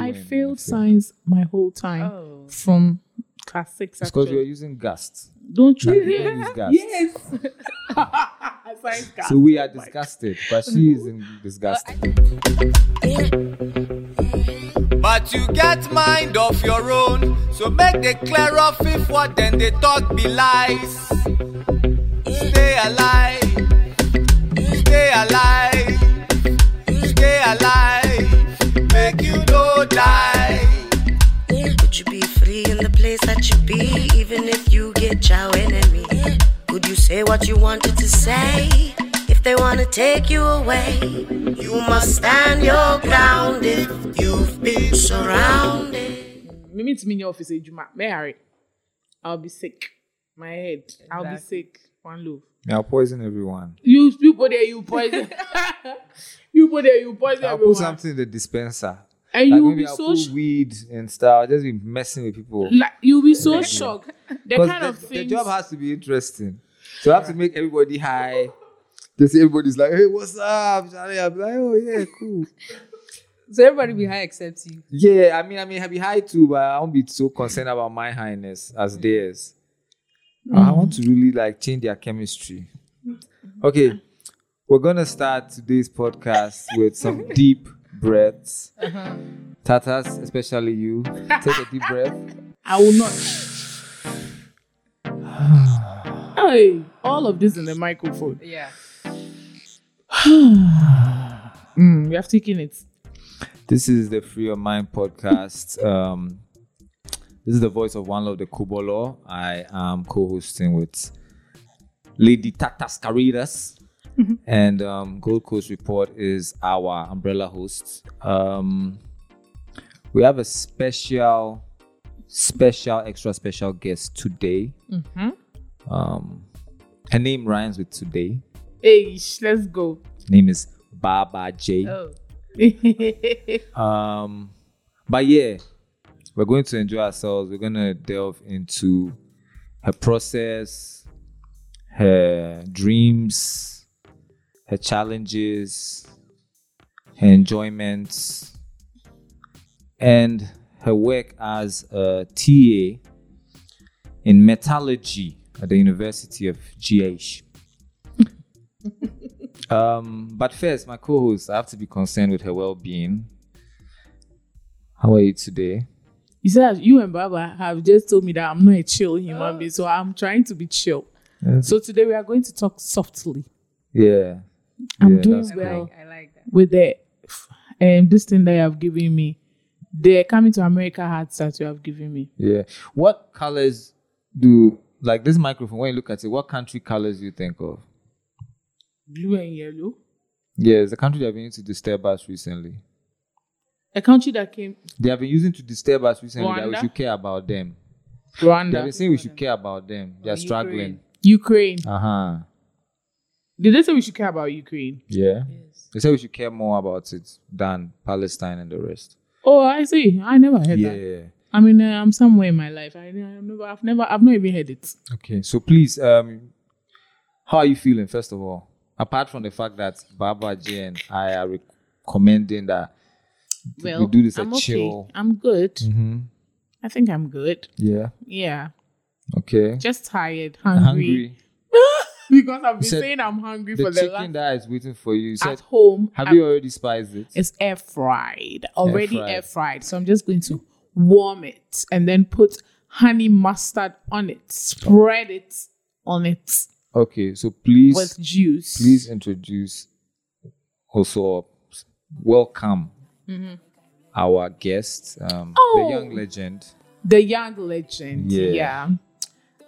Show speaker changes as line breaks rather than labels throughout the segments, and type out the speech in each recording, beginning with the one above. I
doing
failed
anything.
science my whole time
Oh.
from class six.
It's because
Actually.
you're using GAST.
Don't
You
you
don't use GAST.
Yes. science class.
So we are disgusted, but she is in disgusted.
But you get mind of your own, so make they clear off if what then they talk be lies. Stay alive, stay alive, stay alive, make you no die.
Would you be free in the place that you be, even if you get your enemy? Could you say what you wanted to say if they want to take you away? You must stand your ground if you've been surrounded.
Me meet me in your office, eh, Ejuma. May I? I'll be sick. My head. I'll be
Exactly.
sick. One loaf.
Now poison everyone.
You people there, you poison. you people there, you poison
I'll
everyone.
put something in the dispenser.
and
Like
you'll
maybe
be
I'll
so
put
sh-
weed and stuff. I'll just be messing with people.
like you'll be so shocked. The
'Cause
kind
the,
of
the
things.
job has to be interesting. So I have to make everybody high. Just everybody's like, hey, what's up? Charlie?" I'll be like, oh yeah, cool.
So everybody be high except you.
yeah, I mean, I mean, I'll be high too, but I won't be so concerned about my highness as theirs. I want to really like change their chemistry. Okay, we're gonna start today's podcast with some deep breaths. Tatas, especially you, take a deep breath.
I will not. hey, all of this in the microphone.
Yeah.
Mm, we have taken it.
This is the Free Your Mind podcast. Um, this is the voice of one of the Kubolo. I am co-hosting with Lady Tatas Caritas. and um, Gold Coast Report is our umbrella host. Um, we have a special, special, extra special guest today. Um, her name rhymes with today.
Hey, sh- let's go.
name is Baba J.
Oh.
Um, but yeah, we're going to enjoy ourselves. We're gonna delve into her process, her dreams, her challenges, her enjoyments, and her work as a TA in metallurgy at the University of GH. um, but first, my co-host, I have to be concerned with her well-being. How are you today?
you said that you and Baba have just told me that I'm not a chill human being, so I'm trying to be chill. So today we are going to talk softly.
Yeah.
I'm
Yeah,
doing
that's cool.
well
I like that.
with the um this thing that you have given me, the coming to America hats that you have given me.
Yeah. What colors do like this microphone? When you look at it, what country colors do you think of?
Blue and yellow.
Yeah, it's the country they have been using to disturb us recently.
A country that came
They have been using to disturb us recently that we
Rwanda?
should care about them. They have been
Rwanda,
saying we should care about them. They are
Ukraine.
struggling.
Ukraine.
Uh huh.
Did they say we should care about Ukraine?
Yeah.
Yes.
They say we should care more about it than Palestine and the rest.
Oh, I see. I never heard that.
Yeah.
I mean, uh, I'm somewhere in my life. I, I never, I've never, I've not even heard it.
Okay. So please, um, how are you feeling first of all? Apart from the fact that Baba J and I are recommending that
Well,
we do this
I'm
a chill.
okay. I'm good.
Mm-hmm.
I think I'm good.
Yeah.
Yeah,
Okay.
just tired,
Hungry.
hungry. because I've been
said
saying I'm hungry
The
for the
chicken
last.
that is waiting for you. you said,
At home,
have
I'm-
you already spiced it?
it's air fried already, air
fried.
fried. So I'm just going to warm it and then put honey mustard on it, spread it on it
Okay. So please,
with juice.
please introduce also welcome our guest,
Mm-hmm.
um,
Oh.
the young legend.
the young legend. Yeah.
Yeah.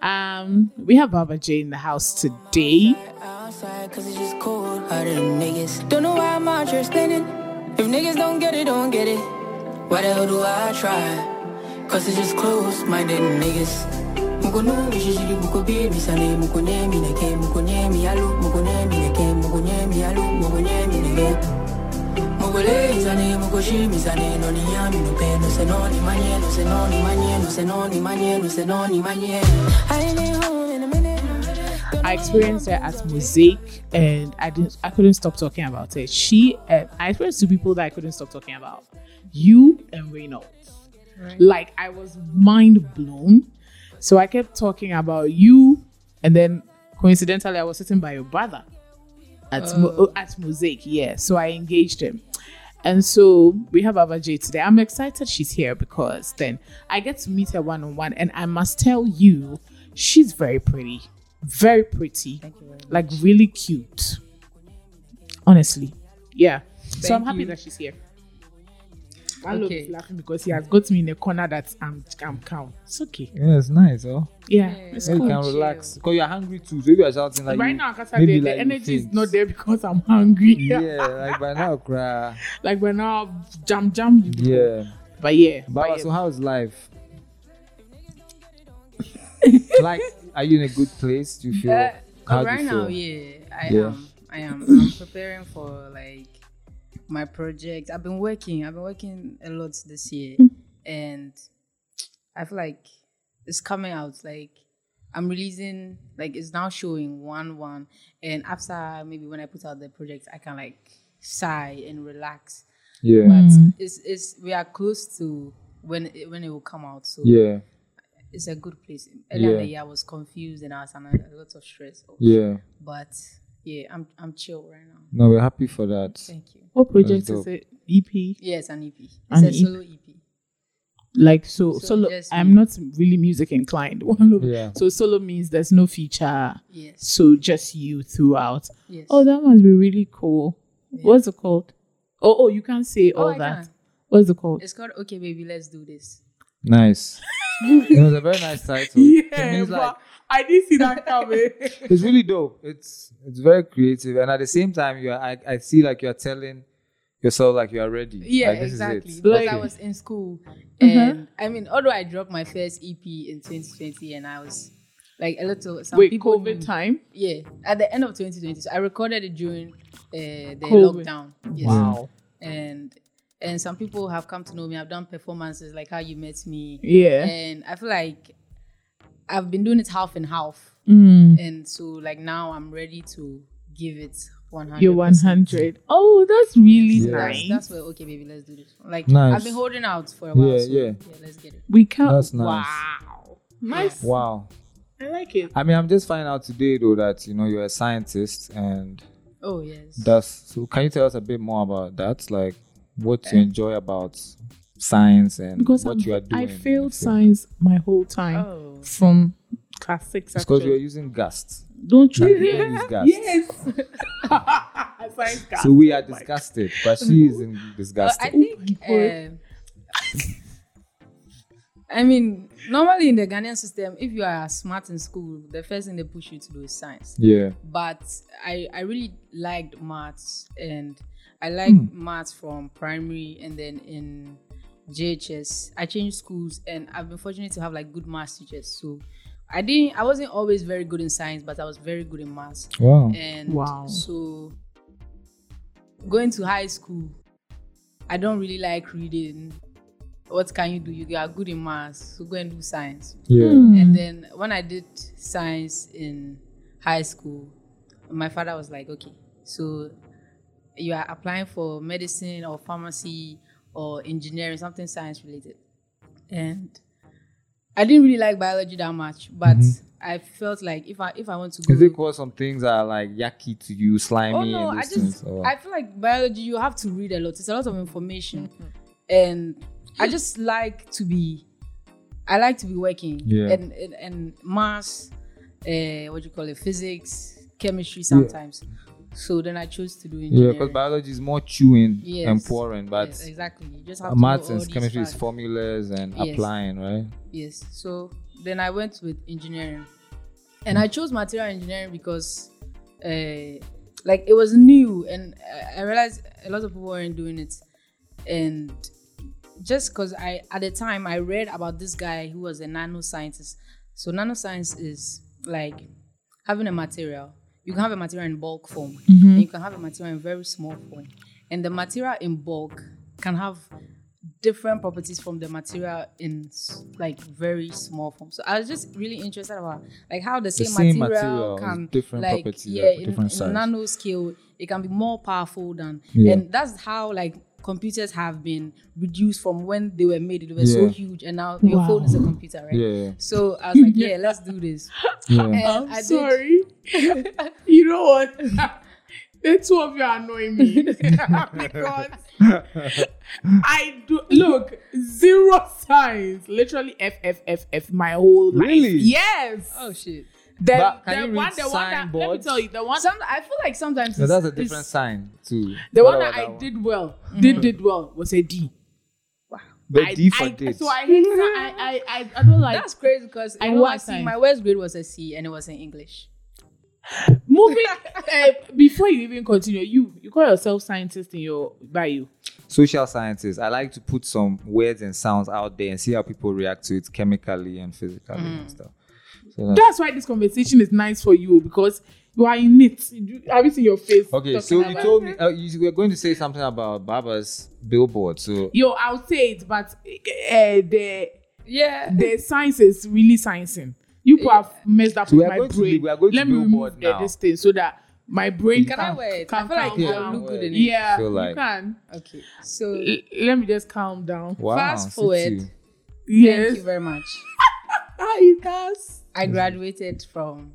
Um, we have Baba J in the house today.
Outside, cause it's just cold hearted niggas. Don't know why I'm out here spinning. If niggas don't get it, don't get it. Why the hell do I try? Cause it's just close minded niggas. Mukonu, shishigi, mukobi, misane, mukonemi, neke, mukonemi, alu, mukonemi, neke, mukonemi, alu, mukonemi, neke. Mugole, izane, mugoshi, misane, no ni yami, no pe, no se no ni manye, no se no ni manye, no se no ni manye, no se no ni manye. I ain't at home in a minute.
I experienced her at Mosaic, eh, and I didn't, I couldn't stop talking about it. She, uh, I experienced two people that I couldn't stop talking about. you and Reynolds. Like I was mind blown. So I kept talking about you, and then coincidentally, I was sitting by your brother at Mo- oh, at Mosaic. Yeah, so I engaged him. And so we have Ava J today. I'm excited she's here because then I get to meet her one on one, and I must tell you, she's very pretty, very pretty, like really cute. Honestly, yeah. so I'm happy
you.
that she's here. I love
Okay.
laughing because he has got me in a corner that I'm I'm calm. It's okay.
Yeah, it's nice, oh.
Yeah, it's
Yeah, you
cool.
can relax. Because you're hungry too. So if you're shouting like
right
you,
now, Akasa, the,
maybe
the
like you
energy is
faint.
not there because I'm hungry.
Yeah, like by now, cry.
like we're now jam jam. You people.
Yeah.
But yeah, but
Baba,
yeah.
so how is life? like, are you in a good place? Do you feel?
Uh,
how do
right
you
now,
feel?
yeah, I um,
Yeah.
am. I am. I'm preparing for like my project. I've been working. I've been working a lot this year,
Mm.
and I feel like it's coming out. Like I'm releasing. Like it's now showing one one, and after maybe when I put out the project, I can like sigh and relax.
Yeah.
But it's it's we are close to when it, when it will come out. So
Yeah.
it's a good place. Earlier in
Yeah.
the year, I was confused and I was under a lot of stress.
Yeah.
But yeah, I'm I'm chill right now.
No, we're happy for that.
Thank you.
what project
That's
is
dope.
it? E EP?
Yes, an EP. It's
An E
a
EP.
solo E EP.
Like so,
So
solo.
just
I'm
me.
not really music inclined. One love-
Yeah.
So solo means there's no feature.
Yes.
So just you throughout.
Yes.
Oh, that must be really cool. What's it called? Oh, oh, you can't say all
I
that.
can.
What's it called?
It's called Okay Baby, Let's Do This.
Nice. it was a very nice title. it means like,
I didn't see that coming.
it's really dope. It's it's very creative, and at the same time, you are, I I see like you are telling yourself like you are ready.
Yeah,
Like, this is it.
exactly. Because I
Okay.
was in school.
Mm-hmm.
And I mean, although I dropped my first EP in 2020 and I was like a little. Some
Wait,
people
COVID
knew-
time.
Yeah, at the end of 2020. So I recorded it during uh, the
COVID.
lockdown. Yes.
Wow.
and and some people have come to know me. I've done performances like how you met me,
Yeah.
and I feel like I've been doing it half and half,
Mm.
and so like now I'm ready to give it one hundred.
You're 100. Oh, that's really
Yeah.
nice.
That's, that's where okay, baby, let's do this. Like
Nice.
I've been holding out for a while.
Yeah,
so,
yeah.
let's get it.
we can't.
That's nice.
Wow. Nice.
Wow.
I like it.
I mean, I'm just finding out today though that you know you're a scientist, and
Oh yes.
that's so. Can you tell us a bit more about that? Like, what
Eh.
you enjoy about science and
Because
what
I'm-
you are doing?
I failed
let's say.
science my whole time
oh.
from class six.
It's because you're
Actually.
using gust.
Don't you?
Your brain is gassed.
science class.
So we are disgusted, but she is in
But
disgusted.
I think.
God.
um, I mean, normally in the Ghanaian system, if you are smart in school, the first thing they push you to do is science.
yeah.
but I, I really liked maths and I liked maths from primary and then in JHS I changed schools and I've been fortunate to have like good maths teachers so I didn't I wasn't always very good in science but I was very good in maths
Wow.
and
Wow.
so going to high school I don't really like reading what can you do you are good in maths so go and do science
Yeah.
and then when I did science in high school, my father was like, okay, so you are applying for medicine or pharmacy or engineering, something science related. And I didn't really like biology that much, but I felt like if I if I want to go
Mm-hmm. Is it because some things are like yucky to you, slimy,
Oh no,
and
I
those
just
things? Or,
I feel like biology you have to read a lot. It's a lot of information.
Mm-hmm.
And I just like to be I like to be working.
Yeah.
And and, and mass, uh, what do you call it, physics, chemistry sometimes. So then I chose to do
yeah,
engineering.
because biology is more chewing
Yes.
and pouring, but
Yes, exactly. You just have
uh,
to
maths
know
and
all these
chemistry is
facts.
formulas and
Yes.
applying, right?
Yes. So then I went with engineering, and
Hmm.
I chose material engineering because, uh, like, it was new, and I- I realized a lot of people weren't doing it, and just because I at the time I read about this guy who was a nanoscientist. So nanoscience is like having a material. You can have a material in bulk form,
Mm-hmm.
and you can have a material in very small form, and the material in bulk can have different properties from the material in s- like very small form. So I was just really interested about like how the same,
same material
material,
with
can
different
like
properties,
yeah
like,
in,
different
in
size.
nano scale it can be more powerful than
Yeah.
and that's how like computers have been reduced from when they were made. They were so
Yeah.
huge, and now your phone is a computer, right?
Yeah.
So I was like, yeah, let's do this.
Yeah.
And
I'm
Um, I did-
sorry. you know what? the two of you are annoying me because I do look zero science. Literally F F F F my whole life.
Really?
Yes.
Oh shit!
the,
But
the
can you
one,
read
the one that let me
signboards?
tell you, the one,
Some, I feel like sometimes
No,
it's- Mm-hmm.
that's a
it's-
different sign too.
the
What
one
about
that I
one?
did well, did did well was a D.
The
I-
D for
I-
date.
So I hate. I, I I I don't like.
That's crazy because
I
I know, I
was
think
like-
my worst grade was a C and it was in English.
Moving uh, before you even continue, you you call yourself scientist in your bio.
Social sciences. I like to put some words and sounds out there and see how people react to it chemically and physically
Mm-hmm.
and stuff. So that's-
That's why this conversation is nice for you because you are in it. You- Have you seen your face?
Okay,
talking
so you
about-
told me uh, you were going to say something about Baba's billboard. So
Yo, I'll say it, but uh, the
Yeah.
the science is really sciencing. You people have messed up
So we
with
are
my
going to-
brain.
we are going to
Let me
billboard
remove the-
now.
this thing so that my brain
Can
can,
I wear it? I
can
feel like
calm
I
down.
look good in it.
Yeah,
Feel like-
you can.
Okay. So
L- let me just calm down.
wow,
Fast
sit
forward.
you.
thank
Yes,
you very much.
ah, you can.
I graduated from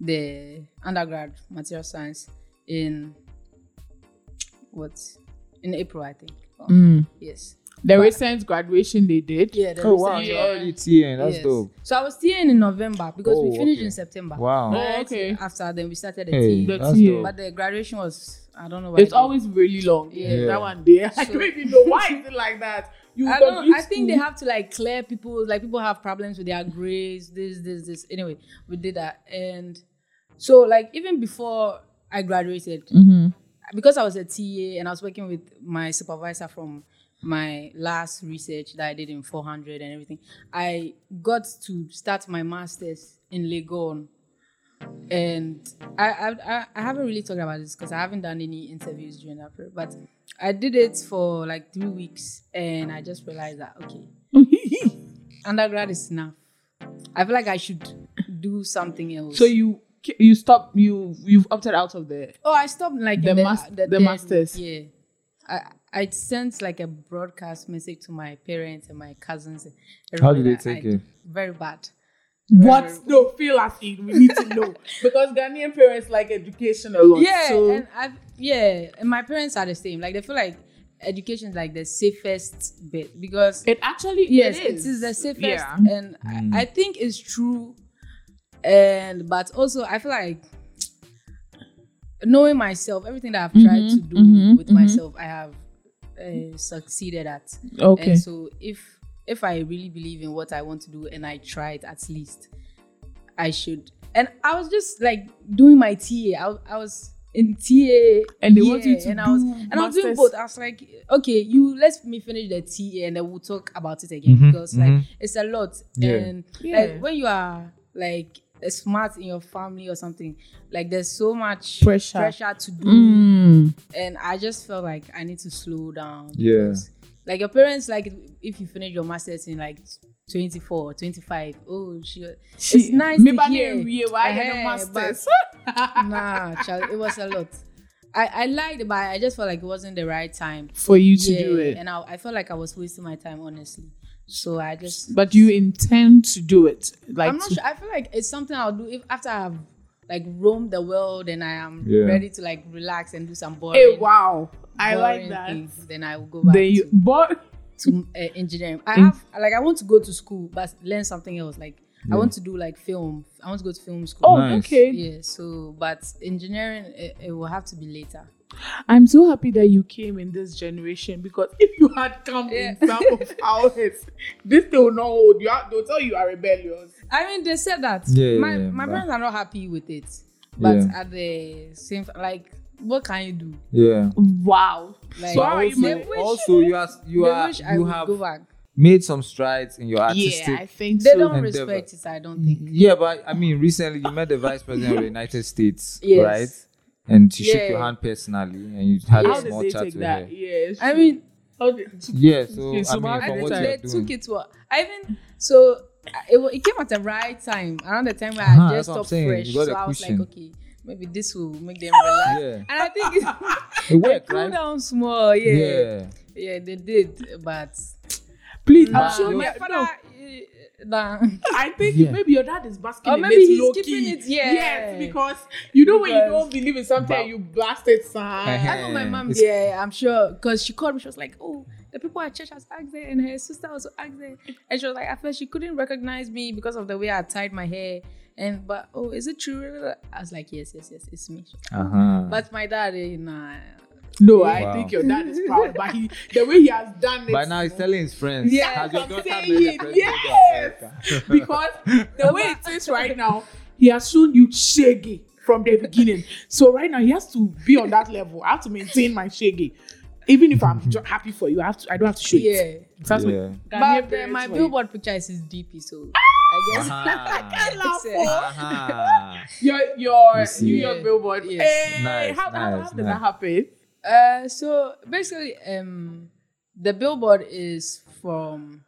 the undergrad material science in what in April, I think. Oh,
Mm.
Yes.
The recent graduation they did.
Yeah. the
Oh wow,
research-
you're
Yeah.
already TN. That's
yes.
dope.
So I was TN in November because
Oh,
we finished
okay.
in September.
Wow.
Oh,
Right
okay.
After then we started the
Hey,
tea.
The
that's
TN.
dope.
But the graduation was I don't know why.
It's
they-
always really long.
Yeah.
Yeah.
That one day. I
So-
don't even know why is it like that. You
I
complete
don't. I think they
school.
have to like clear people. Like people have problems with their grades. This, this, this. Anyway, we did that, and so like even before I graduated,
Mm-hmm.
because I was a TA and I was working with my supervisor from my last research that I did in 400 and everything. I got to start my masters in Legon, and I I, I- I haven't really talked about this because I haven't done any interviews during that period, but. I did it for like three weeks and I just realized that okay, undergrad is enough. I feel like I should do something else.
so you you stop you you've opted out of the
oh, I stopped like
The
in
mas- the
third-
masters.
Yeah, I I sent like a broadcast message to my parents and my cousins. and
How did they
everybody that I
take it?
did. Very bad.
What? No, feel as if we need to know because Ghanaian parents like education a lot.
Yeah,
so
and I yeah, and my parents are the same. Like they feel like education is like the safest bit because
it actually
yes,
it is,
the safest,
Yeah.
and I, I think it's true. And but also, I feel like knowing myself, everything that I've tried
Mm-hmm.
to do with myself, I have uh, succeeded at.
Okay.
And so if if I really believe in what I want to do and I try it at least, I should. And I was just like doing my TA. I, wa- I was in TA,
And they want you to
and I was
do
and I was doing
masters.
both. I was like, okay, you let me finish the TA, and then we'll talk about it again because like it's a lot.
Yeah.
And
Mm-hmm, Yeah.
like when you are like smart in your family or something, like there's so much
Pressure. Mm.
pressure to do and I just felt like I need to slow down.
Yeah.
because, Like your parents, like if you finish your masters in like 24 or 25, oh, she, it's nice
Maybe
to
they
hear.
read why they don't
Eh,
masters.
but nah, child, it was a lot. I, I liked it, but I just felt like it wasn't the right time.
for you to do
Yeah,
it.
And I, I felt like I was wasting my time, honestly. So I just,
But you intend to do it. Like
I'm not
to-
sure. I feel like it's something I'll do if after I've like roamed the world and I am
Yeah.
ready to like relax and do some boring.
Hey, wow. I like
boring
that.
Things, then I will go back.
Then you
to-
but
to uh, engineering.
Mm.
I have like I want to go to school, but learn something else. Like I want to do like film. I want to go to film school.
oh
Nice.
okay.
yeah. So, but engineering it, it will have to be later.
I'm so happy that you came in this generation because if you had come in some of ours, this thing will not hold. You are, they'll tell you you are rebellious.
I mean, they said that.
Yeah, yeah,
my
yeah,
my
but-
parents are not happy with it, but
Yeah.
at the same like, what can you do?
Yeah.
Wow.
Like,
But
Sorry,
also,
they
wish-
also you are you
they
are
wish I
you
would
have
go back.
made some strides in your artistic.
yeah, I think
They
so.
don't
endeavor.
respect it. I don't think.
Yeah, but I mean, recently you met the vice president of the United States,
Yes.
right? And she shook your
Yeah.
hand personally, and you had
How
a
did
small
they
chat with
take that?
her.
Yeah.
I mean,
How did-
Yeah, so
Okay, so
I mean,
Margaret
I
from
think
what
Thatcher
you're
they took
doing,
it to. I even so it, wa- it came at the right time, around the time where
Uh-huh,
I
that's
just
what I'm
stopped
saying.
fresh.
You got
So
a
I was like,
cushion.
okay, maybe this will make them relax.
Yeah.
And I think it
it worked,
cool
right?
down small. Yeah.
Yeah,
Yeah, they did, but
Please,
Nah,
I'm sure
no.
my
No,
father.
eh, nah.
I think
Yeah.
maybe your dad is basking
Or
in
maybe
it
he's
low
keeping
key.
it, yeah.
Yes, because you know when you
Because-
don't believe in something,
But-
you blast it, son.
I know my
Eh,
mom.
it's-
Yeah, I'm sure, because she called me. She was like, "Oh, the people at church has asked there, and her sister also asked there." And she was like, "I felt she couldn't recognize me because of the way I tied my hair." And but oh, is it true? I was like, "Yes, yes, yes, it's me."
Uh-huh.
But my dad, eh, nah.
No, I
Oh, Wow.
think your dad is proud, but he, the way he has done it.
By now he's telling his friends.
Yes,
Has your
I'm
daughter
saying
made the
it.
president of
Yes.
America?
because the way it is right now, he has shown you shaggy from the beginning. So right now he has to be on that level. I have to maintain my shaggy, even if I'm jo- happy for you. I have to. I don't have to uh, show it.
Yeah,
That's what-
Yeah.
Ghanaian
but eh,
parents
my
were-
billboard picture is his DP, so I guess.
Uh-huh.
Laugh,
Yeah.
oh.
Uh-huh.
Your your
You see.
New York billboard.
Yes.
Hey,
Nice,
how, how, how
nice,
did
nice.
that happen?
Uh, so basically, um, the billboard is from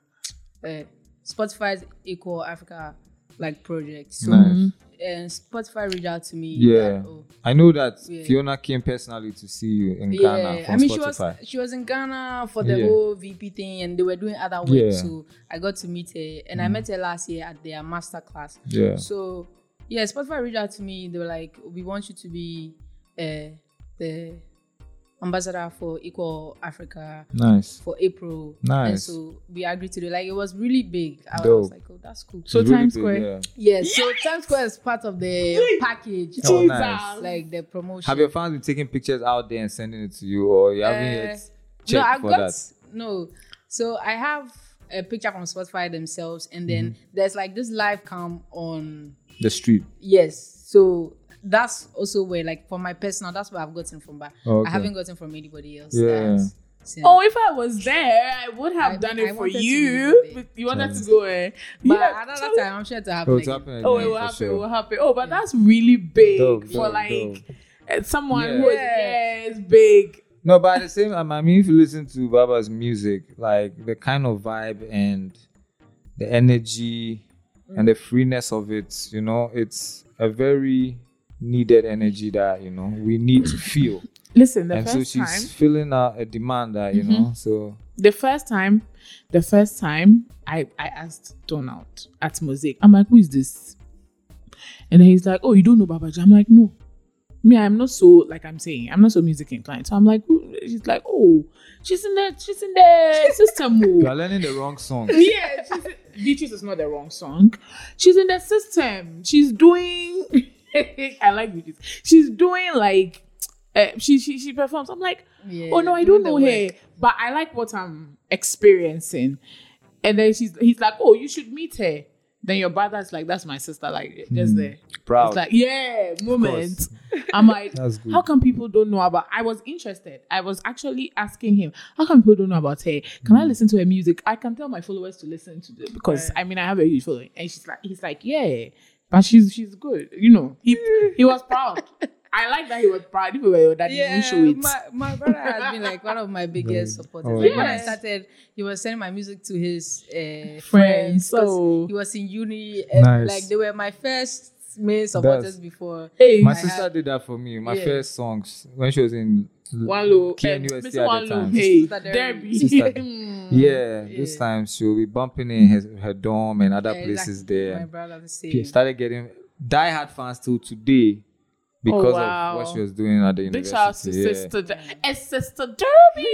uh, Spotify's Equal Africa like project. So
Nice.
and Spotify reached out to me.
Yeah.
that, oh,
I know that
Yeah.
Fiona came personally to see you in Ghana
yeah.
from
I mean, she was
Spotify.
she was in Ghana for the
Yeah.
whole VP thing, and they were doing other work.
Yeah. Mm.
So I got to meet her, and I met her last year at their master class.
Yeah.
So yeah, Spotify reached out to me. They were like, "We want you to be uh, the ambassador for Equal Africa."
Nice.
for April. And
Nice.
so we agreed to do like it was really big. I was
Dope.
like, oh, that's cool.
So
It's really
Times
big,
Square.
yeah.
Yeah, so Times Square is part of the package,
Oh,
Jesus.
nice.
like the promotion.
Have your fans been taking pictures out there and sending it to you, or you haven't
Uh,
yet checked
no, I've
for
got
that?
no. So I have a picture from Spotify themselves, and then
Mm-hmm.
there's like this live cam on
The street.
yes. So that's also where like for my personal, that's where I've gotten from, but
Okay.
I haven't gotten from anybody else.
Yeah.
that's- since.
Oh, if I was there, I would have
I-
done
I
it for
wanted to
you.
be there.
But you wanted to
Challenge.
go eh?
but
Yeah,
another
challenge.
time I'm sure to have.
Oh,
like,
it's happening.
Oh, it
again,
will
for
happen. It
sure.
will happen. Oh, but that's really big
Dope,
for
dope,
like
dope.
uh, someone
Yeah.
who is
Yeah.
yes, big.
No, but at the same time, I mean, if you listen to Baba's music, like the kind of vibe and the energy and the freeness of it, you know, it's a very needed energy that, you know, we need to feel.
Listen, the
and so
first
she's
time, Mm-hmm.
feeling a, a demand that, you know, so
the first time, the first time, I I asked Donald at Mosaic. I'm like, who is this? And then he's like, oh, you don't know Babaji. I'm like, no. Me, I'm not so like I'm saying. I'm not so music inclined. So I'm like, who- she's like, oh, she's in the she's in the system. oh.
you are learning the wrong song.
yeah, she's Beatrice is not the wrong song. She's in the system. She's doing. I like Beatrice. She's doing like. Uh, she, she she performs. I'm like,
Yeah,
oh no, I
doing
don't
the
know
work.
her, but I like what I'm experiencing. And then she's he's like, oh, you should meet her. Then your brother's like, that's my sister. Like just there.
Proud.
It's like, yeah, moment. I'm like,
That's good.
how come people don't know about? I was interested. I was actually asking him, how come people don't know about her? Can
Mm.
I listen to her music? I can tell my followers to listen to it because I mean I have a huge following. And she's like, he's like, yeah, but she's she's good. You know, he he was proud. I like that he was proud. Even though that he
Yeah,
didn't show it.
my my brother has been like one of my biggest supporters.
Oh,
like when I
yes.
started, he was sending my music to his uh,
Friends,
friends. 'cause
so-
he was in uni, and
Nice.
like they were my first main supporters
That's-
before.
hey,
My
my
sister did that for me. My
Yeah.
first songs when she was in
one low, and
KNUST at
Mr.
the
One low,
time.
um, hey,
Sister
Derby.
Derby.
Sister.
Mm.
Yeah, this
Mm-hmm. Yeah.
time she'll be bumping in her, her dorm and other
Yeah,
places
exactly.
there.
My
and
brother the same.
She started getting diehard fans till
Oh,
today because
wow.
of what she was doing at the
Big
university.
shout out to
yeah.
Sister Der- and Sister Derby.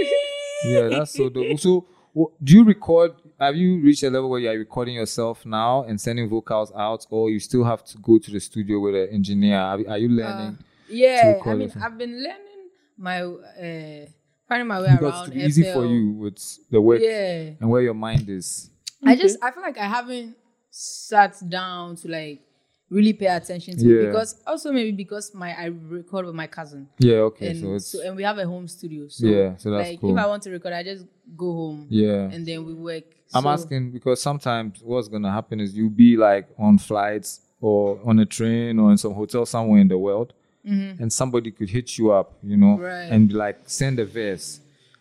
Yeah, that's so dope. So, wh- do you record? Have you reached a level where you are recording yourself now and sending vocals out, or you still have to go to the studio with an engineer? Are, are
Uh,
you learning?
yeah, I
colourful.
mean, I've been learning my uh, finding my way
because
around.
it's easy for
FL.
you with the work
Yeah,
and where your mind is.
I just I feel like I haven't sat down to like really pay attention to it
Yeah.
because also maybe because my I record with my cousin.
Yeah. Okay.
and
so
so, um,
it's
and we have a home studio. So
Yeah, so that's
like
cool.
if I want to record, I just go home
yeah.
and then we work.
I'm
So,
asking because sometimes what's gonna happen is you'll be like on flights or on a train or in some hotel somewhere in the world, and somebody could hit you up, you know,
Mm-hmm. Right.
and be like send a verse.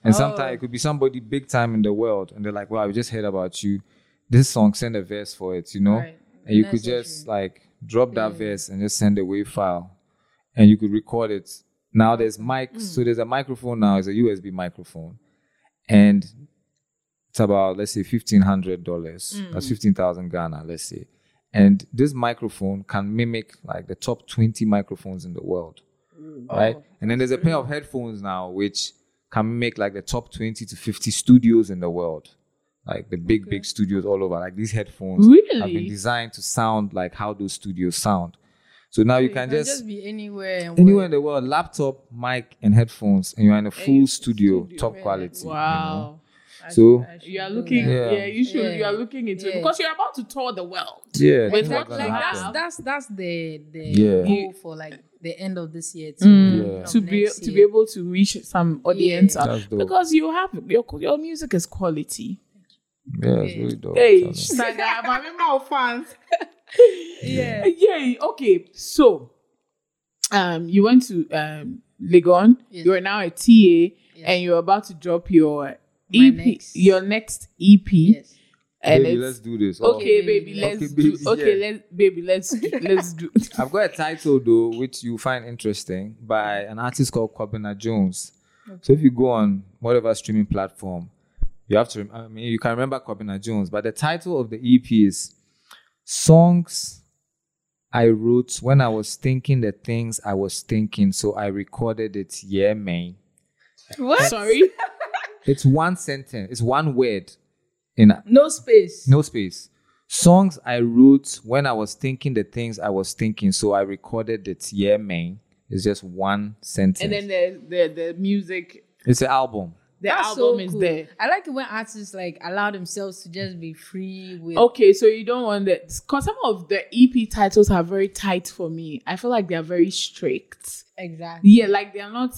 And sometimes
Oh.
it could be somebody big time in the world, and they're like, "Wow, I just heard about you. This song, send a verse for it," you know.
Right.
And you
Nice
could
entry.
just like drop that verse and just send a wave file, and you could record it. Now there's mics, so there's a microphone now. It's a USB microphone and it's about let's say fifteen hundred dollars. That's fifteen thousand Ghana, let's say. And this microphone can mimic like the top twenty microphones in the world, right? And then there's a pair of headphones now which can make like the top twenty to fifty studios in the world, like the big big studios all over. Like these headphones have been
Really?
designed to sound like how those studios sound. So now you, can,
Can
just
just be anywhere. And
anywhere in the world, laptop, mic, and headphones, and you're in a full studio, top quality. you know?
Wow.
So
You are looking,
Yeah.
yeah. you should. You are looking into it
Yeah.
because you're about to tour the world.
yeah,
With
things
that
like that
like
happen.
that,
That's that's the the
Yeah.
goal for like the end of this year to,
Yeah.
Mm. to be to be able to reach some audience
Yeah.
out-
That's dope.
because you have your your music is quality.
yeah, it's really dope.
Hey,
actually.
Saga, my more fans.
yeah.
Yay! Okay, so um, you went to um Legon.
Yes.
You are now a TA, and you're about to drop your EP,
next-
your next EP,
Yes.
and
Baby,
it's-
let's do this. Oh,
okay,
Okay,
baby,
baby,
let's
let's-
do.
Okay, baby,
Okay,
yeah.
let's baby, let's do, let's do.
I've got a title though, which you find interesting, by an artist called Kwabena Jones. So if you go on whatever streaming platform, you have to. rem- I mean, you can remember Kwabena Jones, but the title of the EP is "Songs I Wrote When I Was Thinking the Things I Was Thinking." So I recorded it. Yeah, man.
What?
Sorry,
It's one sentence. It's one word in
No space.
No space. Songs I wrote when I was thinking the things I was thinking, so I recorded it. Yeah, man. It's just one sentence.
and then the the the music,
it's an album.
the
That's so
album is
cool.
there.
I like it when artists like allow themselves to just be free with
Okay, so you don't want that because some of the EP titles are very tight for me. I feel like they are very strict.
exactly.
Yeah, like they are not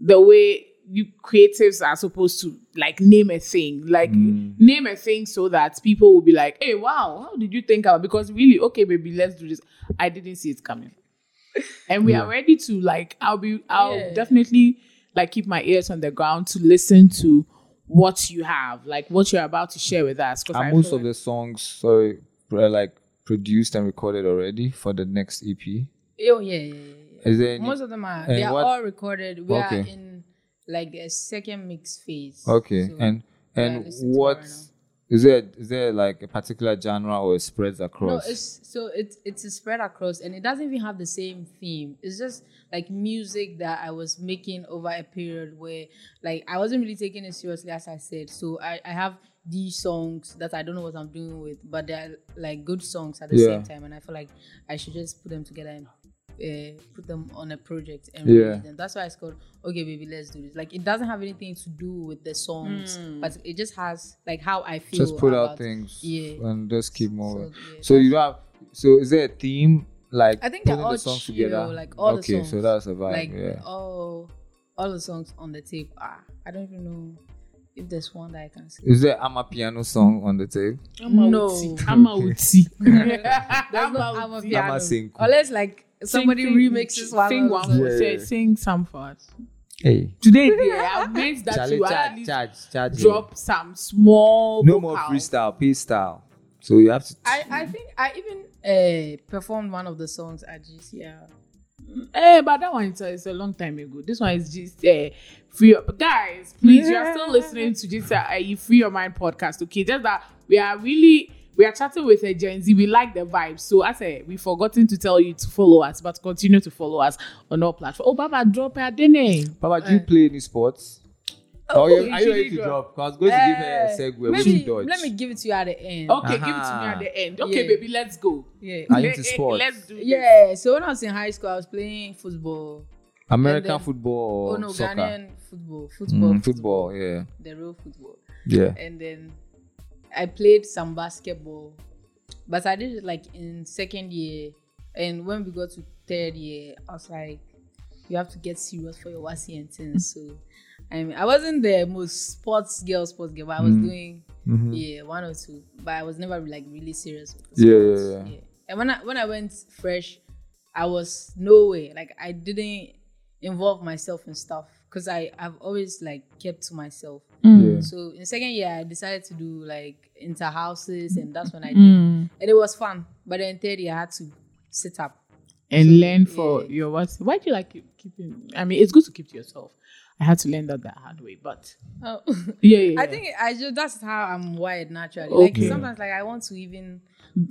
the way you creatives are supposed to like name a thing, like
Mm.
name a thing so that people will be like, "Hey, wow, how did you think about?" Because really, okay, baby, let's do this. I didn't see it coming, and we are ready to like. I'll be. I'll
Yeah.
definitely like keep my ears on the ground to listen to what you have, like what you're about to share with us. 'cause I
Are most
feel
of the songs sorry were like produced and recorded already for the next EP?
Oh yeah, yeah, yeah. yeah.
Is there any?
Most of them are.
And
They are
what-
all recorded. We are
Okay.
in like a second mix phase.
okay,
So-
and
I
and
listen to it
what
right now.
is there? Is there like a particular genre or it spreads
no,
across?
it's so it's it's spread across, and it doesn't even have the same theme. It's just like music that I was making over a period where like I wasn't really taking it seriously, as I said. So I I have these songs that I don't know what I'm doing with, but they're like good songs at the
Yeah.
same time, and I feel like I should just put them together and. Uh, put them on a project and
Yeah.
release them. That's why it's called Okay, baby, let's do this. Like it doesn't have anything to do with the songs, but it just has like how I feel.
just put out
about-
things
Yeah,
and just keep moving.
So, yeah,
So you don't have. So is there a theme like?
I think they're
putting
all
the songs
chill,
together.
like, all the
okay, so
songs.
that's a vibe.
like
yeah.
all all the songs on the tape are I don't even know if there's one that I can say.
Is there Ama piano song on the tape?
Amauti.
No.
Amauti.
There's
Amauti.
no Ama
Ama
piano.
Senku.
Unless like somebody
Sing- sing-
remixes one.
Sing
of
one
the songs.
for
Yeah.
say, sing some for us.
Hey,
Today, yeah, I meant that
Charlie,
you at
charge,
least
charge, charge. it.
drop some small.
No more
vocal.
freestyle, P style. So you have to.
I, I think I even uh, performed one of the songs at GCR.
Eh, but that one is a, it's a long time ago. This one is just uh, free. Up. Guys, please, you are still listening to this uh, uh, Free Your Mind podcast. Okay, just that we are really we are chatting with a Gen Z. We like the vibe. So as a we've forgotten to tell you to follow us, but continue to follow us on all platforms. Oh, Baba, drop her the name.
Papa, do you play any sports? Oh, you,
you
are you ready
should
to
drop.
drop? Because going to give her a
Eh,
segue. which
Maybe,
you dodge.
let me give it to you at the end.
Okay, give it to me
Aha.
at the end. Okay,
Yeah.
baby, let's go.
Yeah.
Are you into
Eh, eh,
sports?
Let's do this.
Yeah. So when I was in high school, I was playing football.
American
and then-
football
Oh
or
no,
soccer?
Ghanaian football,
Mm,
football,
football, yeah,
the real football.
yeah.
and then I played some basketball, but I did it like in second year. And when we got to third year, I was like, you have to get serious for your WASI and things. So, I mean, I wasn't the most sports girl, sports girl, but I was doing
Mm. Mm-hmm.
yeah one or two, but I was never like really serious. With the
Yeah, yeah,
sports,
yeah.
And when I when I went fresh, I was nowhere. Like I didn't involve myself in stuff because I I've always like kept to myself.
Mm.
Yeah.
So in second year, I decided to do like inter houses, and that's when I did,
Mm.
and it was fun. But then third year, I had to sit up.
and learn for
yeah.
your what why do you like keep, keeping i mean it's good to keep to yourself I had to learn that the hard way. But
Oh.
yeah, yeah,
I
yeah.
think I just that's how I'm wired naturally.
Okay.
Like sometimes like I want to even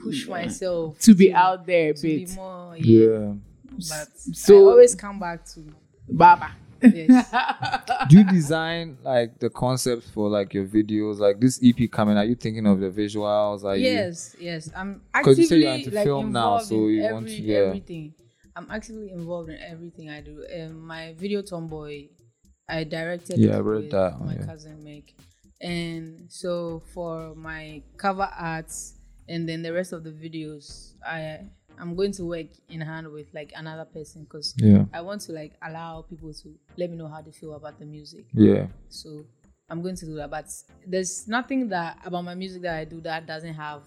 push myself
to be out there a
to be
bit.
more yeah.
Yeah.
But
So-
I always come back to
Baba.
yes.
Do you design like the concepts for like your videos? Like this EP coming, are you thinking of the visuals? Are You,
yes, yes. I'm
'Cause you say
actively
you're into
like
film now,
involved
so
in
you
every,
want to- yeah.
everything. I'm actively involved in everything I do. Um, my video Tomboy, I directed.
Yeah, I
it
read
with
that one,
My
yeah.
cousin Meg, and so for my cover arts and then the rest of the videos, I I'm going to work in hand with like another person because
Yeah.
I want to like allow people to let me know how they feel about the music.
Yeah.
So I'm going to do that. But there's nothing that about my music that I do that doesn't have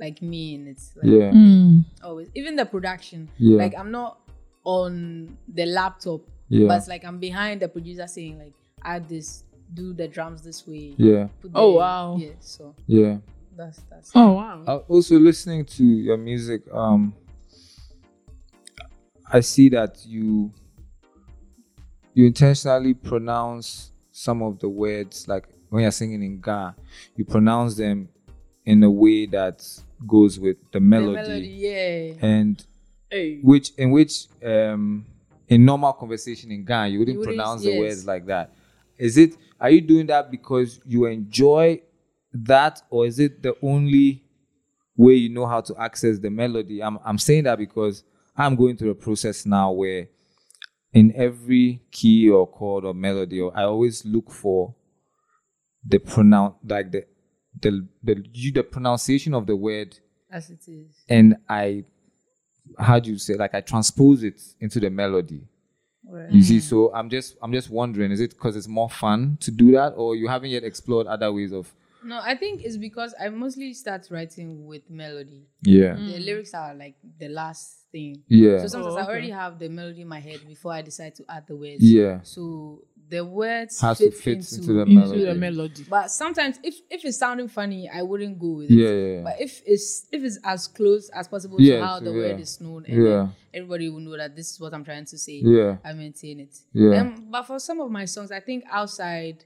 like me in it. Like,
Yeah.
Hmm.
Always, even the production.
Yeah.
Like I'm not on the laptop,
Yeah.
but like I'm behind the producer saying like add this, do the drums this way.
Yeah.
put
Oh,
the-
wow.
Yeah. So
Yeah.
that's that's.
Oh wow.
Uh, also listening to your music um i see that you you intentionally pronounce some of the words like when you're singing in ga you pronounce them in a way that goes with the
The
melody,
melody, yeah.
and
Hey.
which in which um in normal conversation in Ghana you wouldn't,
You wouldn't-
pronounce the
yes.
words like that. Is it are you doing that because you enjoy that or is it the only way you know how to access the melody? I'm I'm saying that because I'm going through a process now where in every key or chord or melody or I always look for the pronoun like the the, the you- the pronunciation of the word
As it is.
and I, how do you say, like I transpose it into the melody.
Right.
You see, so I'm just, I'm just wondering, is it because it's more fun to do that, or you haven't yet explored other ways of?
No, I think it's because I mostly start writing with melody.
Yeah,
The lyrics are like the last thing.
Mm. yeah,
So sometimes
Oh,
I
okay.
already have the melody in my head before I decide to add the words.
yeah,
So the words
Has to
fit,
fit
into,
into the
Into
melody.
the melody.
But sometimes if if it's sounding funny, I wouldn't go with it.
yeah, yeah, yeah.
But if it's if it's as close as possible
Yes,
to how the
yeah.
word is known, and
Yeah.
everybody will know that this is what I'm trying to say.
Yeah.
I maintain it.
Yeah.
Um, but for some of my songs, I think outside,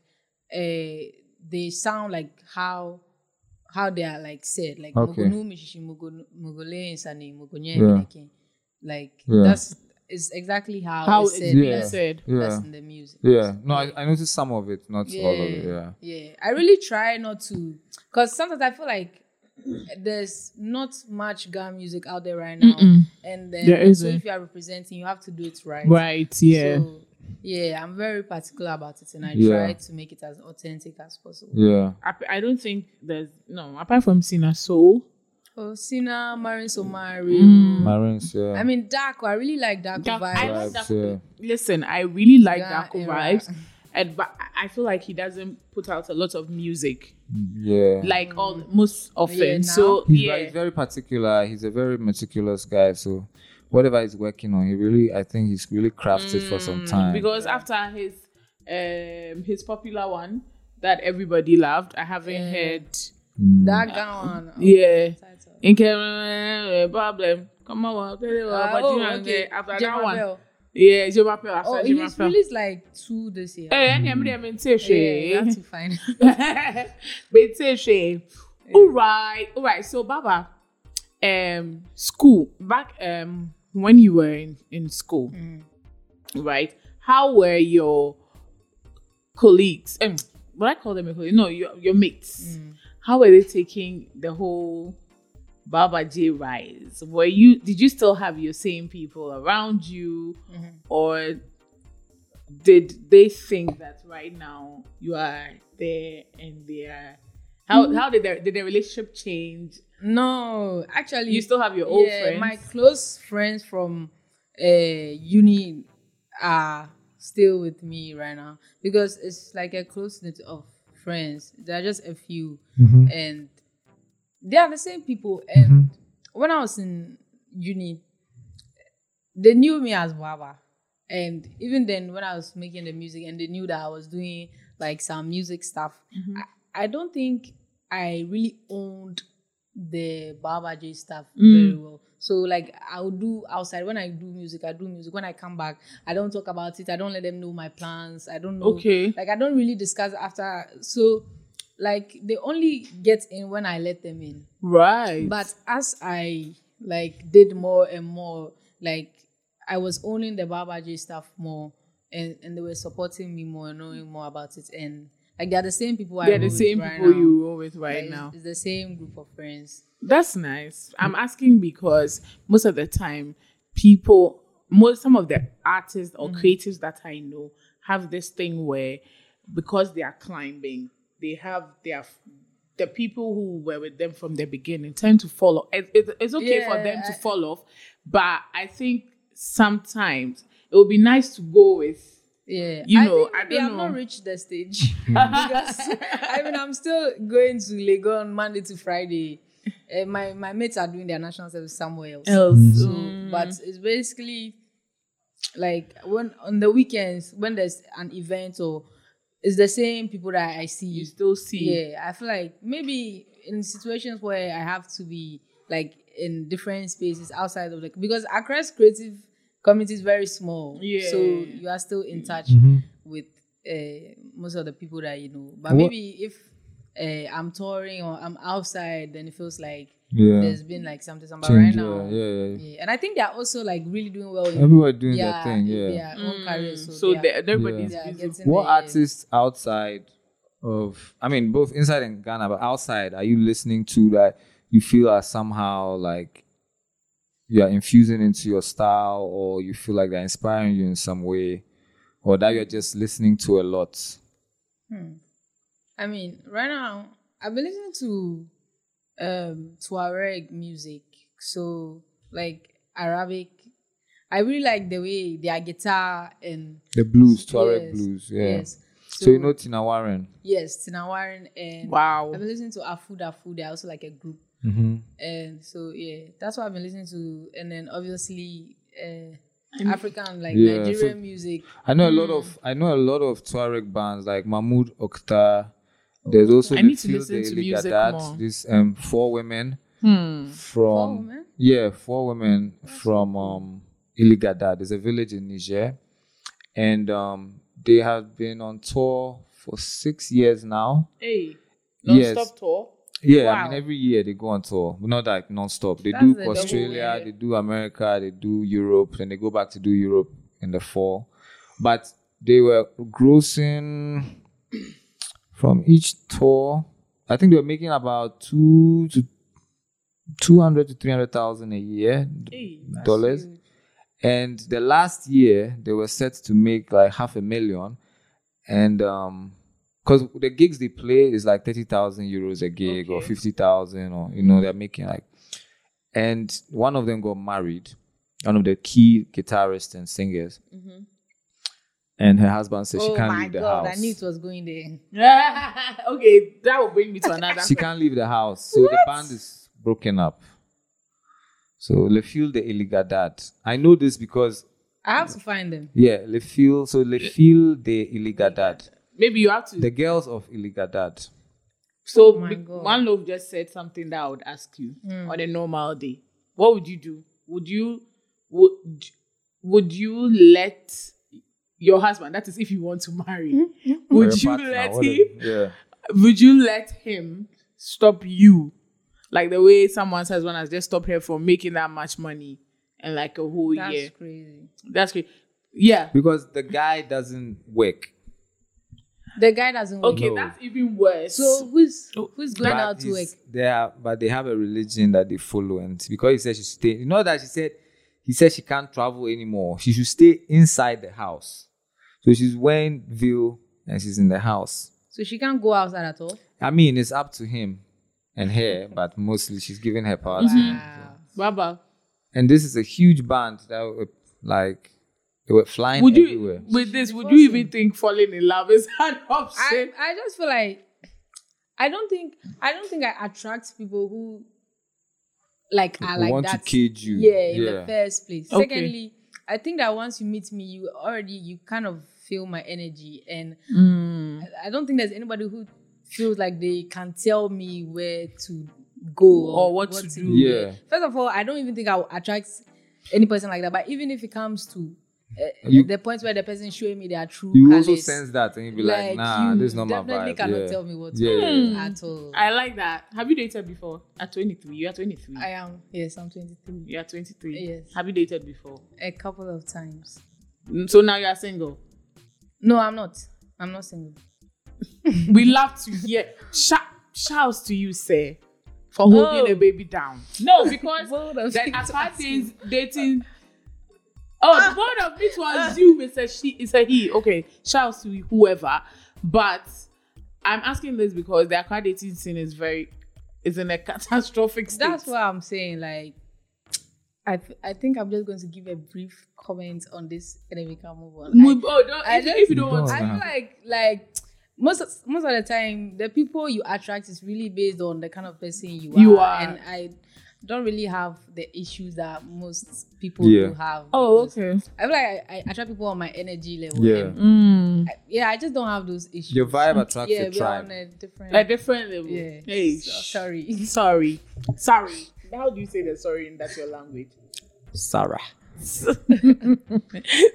uh, they sound like how how they are like said, like
Okay.
"Mugunu mishishi, mugu- mugule insani, mugunye
Yeah.
mineke." like
Yeah.
that's is exactly how,
How
it's
it's
said.
being
Yeah.
said.
That's
yeah,
in the music.
yeah. No, I, I noticed some of it, not all of it. Yeah,
yeah. I really try not to, because sometimes I feel like there's not much GAM music out there right now, and then
There
so
isn't.
if you are representing, you have to do it right.
Right. Yeah.
So, yeah, I'm very particular about it, and I
Yeah.
try to make it as authentic as possible.
yeah,
Ap- I don't think there's no apart from Sina Soul.
Oh, Sina, Marin Somari.
Marines, yeah.
Mm. I mean, Darko. I really like Darko
Dark-
vibes.
I
Vibes,
like Mm. Darko.
yeah.
Listen, I really like
That
Darko
era.
vibes, and but I- I feel like he doesn't put out a lot of music
yeah.
like all most often.
now.
so
he's,
Mm. yeah,
very, he's very particular. He's a very meticulous guy. So whatever he's working on, he really, I think he's really crafted for some
Mm,
time.
because after his um his popular one that everybody loved, I haven't heard.
that
Mm.
gown. oh,
Yeah,
title.
in Kenya, uh, problem. Come on, what you
Ah,
want,
oh,
but you
okay.
know, after that
Jemma
one,
Bell.
yeah, Jumapel after
Oh, he's
Jumapel.
released like two this year.
Eh, any of them in
Yeah,
Tishay.
you have to find.
Bete shame. All right, all right. So Baba, um, school back um when you were in in school, right? How were your colleagues? Um, what I call them a colleague? No, your your mates. How were they taking the whole Baba J rise? Were you did you still have your same people around you, or did they think that right now you are there and they are how
Mm-hmm.
how did their did their relationship change?
No, actually,
You still have your old
yeah,
friends?
My close friends from uh, uni are still with me right now because it's like a close knit of friends. There are just a few, and they are the same people. And when I was in uni, they knew me as Baba. And even then, when I was making the music, and they knew that I was doing like some music stuff, I, I don't think I really owned the Baba J stuff very well. So like I'll do outside when I do music, I do music. When I come back, I don't talk about it. I don't let them know my plans. I don't know.
Okay.
Like I don't really discuss after. So like they only get in when I let them in.
Right.
But as I like did more and more, like I was owning the Baba J stuff more, and and they were supporting me more, knowing more about it, and like they are the same people. I
they're
roll
the
with
same
right
people
now.
you roll with right
Like, it's-
now.
It's the same group of friends.
That's nice. I'm asking because most of the time, people, most some of the artists or
Mm.
creatives that I know have this thing where because they are climbing, they have their the people who were with them from the beginning tend to follow. It, it- it's okay for
Yeah,
them to
I-
fall off, but I think sometimes it would be nice to go with.
Yeah,
You
I
know,
think
I
maybe
don't
I've not
know.
reached the stage because I mean I'm still going to Lagos on Monday to Friday. Eh, my my mates are doing their national service somewhere else. So,
Mm.
but it's basically like when on the weekends when there's an event or it's the same people that I see.
You still see,
Yeah, I feel like maybe in situations where I have to be like in different spaces outside of like because Accra's creative community is very small.
Yeah. Mm.
So you are still in touch
Mm-hmm.
with uh, most of the people that you know. But
What-
maybe if uh, I'm touring or I'm outside, then it feels like
Yeah.
there's been like something something
Change,
right now.
yeah, yeah, yeah.
And I think they're also like really doing well. In,
Everybody doing their
yeah,
thing, yeah.
Their own careers. So,
Mm. so
they are-
the- everybody's
they are
busy.
getting
What
there, yeah.
artists outside of, I mean, both inside and Ghana, but outside, are you listening to that you feel are somehow like you are infusing into your style or you feel like they're inspiring you in some way or that you're just listening to a lot?
I mean, right now I've been listening to um Tuareg music. So like Arabic. I really like the way their guitar and
The blues, Tuareg
Yes,
blues, yeah.
Yes.
So, you know Tina Warren?
Yes, Tina Warren and
Wow.
I've been listening to Afu Dafu. They're also like a group.
Mm-hmm.
And so yeah, that's what I've been listening to. And then obviously uh, African like
Yeah,
Nigerian
so-
music.
I know a
Mm.
lot of I know a lot of Tuareg bands like Mahmoud Okta. There's also
I
the
need to
Feel
listen
the
to music
Ligadat,
more.
These um four women
Hmm.
from
women?
yeah four women from um Iligadad. There's a village in Niger, and um they have been on tour for six years now.
Hey, non-stop
Yes.
tour.
Yeah, I
Wow.
mean every year they go on tour, not like non-stop. They
That's the
do
double
Australia,
way.
they do America, they do Europe, then they go back to do Europe in the fall. But they were grossing from each tour. I think they were making about two to two hundred to three hundred thousand a year
Hey.
dollars. And the last year they were set to make like half a million, and um, because the gigs they play is like thirty thousand euros a gig or
Okay.
fifty thousand or you know they're making like, and one of them got married, one of the key guitarists and singers, and her husband said she
Mm-hmm. Oh
can't
my
leave the
god,
house.
I knew it was going there.
okay, that will bring me to another.
she can't leave the house. So the band is broken up. So Le Fil de Iligadad. I know this because
I have to find them.
yeah, Le Fil. So Le Fil de Iligadad.
Maybe you have to.
The girls of Iligadad.
so
Oh my
be-
God. Hmm.
one love just said something that I would ask you on a normal day. What would you do? Would you would would you let your husband? That is, if you want to
Hmm?
marry, would you let him?
Yeah.
Would you let him stop you? Like the way someone's husband has just stopped her from making that much money in like a whole
That's
year.
crazy.
That's great. Yeah.
Because the guy doesn't work.
The guy doesn't work.
Okay,
No.
that's even worse.
So who's who's going
but
out to work?
he's- They are, but they have a religion that they follow, and because he said she should stay. You know that she said, he said she can't travel anymore. She should stay inside the house. So she's wearing veil and she's in the house.
So she can't go outside at all.
I mean, it's up to him and her, but mostly she's giving her power
Mm-hmm.
to him.
Mm-hmm.
Wow.
Baba,
And this is a huge band that were, like they were flying
would you
everywhere.
with this? Would you even think falling in love is an
I,
option?
I just feel like I don't think I don't think I attract people who like are
Who
like
want to
that.
kid you.
Yeah, in the
Yeah.
first place.
Okay.
Secondly, I think that once you meet me, you already you kind of feel my energy, and I- I don't think there's anybody who feels like they can tell me where to go
Or what to do.
Yeah.
First of all, I don't even think I will attract any person like that. But even if it comes to uh,
You-
the point where the person showing me their true
You also
colours,
sense that and you be like,
like,
nah,
you
this is not my vibe.
definitely cannot
yeah.
tell me what to
Yeah, yeah, yeah.
at all. I,
I like that. Have you dated before? At 23. You are 23.
am yes, I'm 23.
you are 23.
Yes.
Have you dated before?
A couple of times.
Mm, So now you are single.
No, I'm not. I'm not single.
We love to hear. Sh- shouts to you, sir, for holding
Oh.
a baby down. No, because
Bold of
that
you to
apart
ask
is dating. uh, Ah. Oh, the board of it was you, Mr. She, it's a he. Okay, shouts to whoever. But I'm asking this because the aqua dating scene is very, is in a catastrophic state.
That's what I'm saying. Like, I th- I think I'm just going to give a brief comment on this, and then we can move on.
Mo-
I-
oh, don't,
I
if,
don't-
if you don't want
Don't.
to.
I feel like like most of- most of the time the people you attract is really based on the kind of person you are.
You are.
and I don't really have the issues that most people
Yeah.
do have. because
Oh, okay.
I feel like I, I attract people on my energy level.
Yeah.
and
Mm.
I, yeah, I just don't have those issues.
Your vibe attracts
yeah,
your
we're on
tribe.
a different.
A different level.
yeah.
Hey,
so-
sh-
sorry.
sorry. Sorry. How do you say the sorry in that's your language?
Sarah.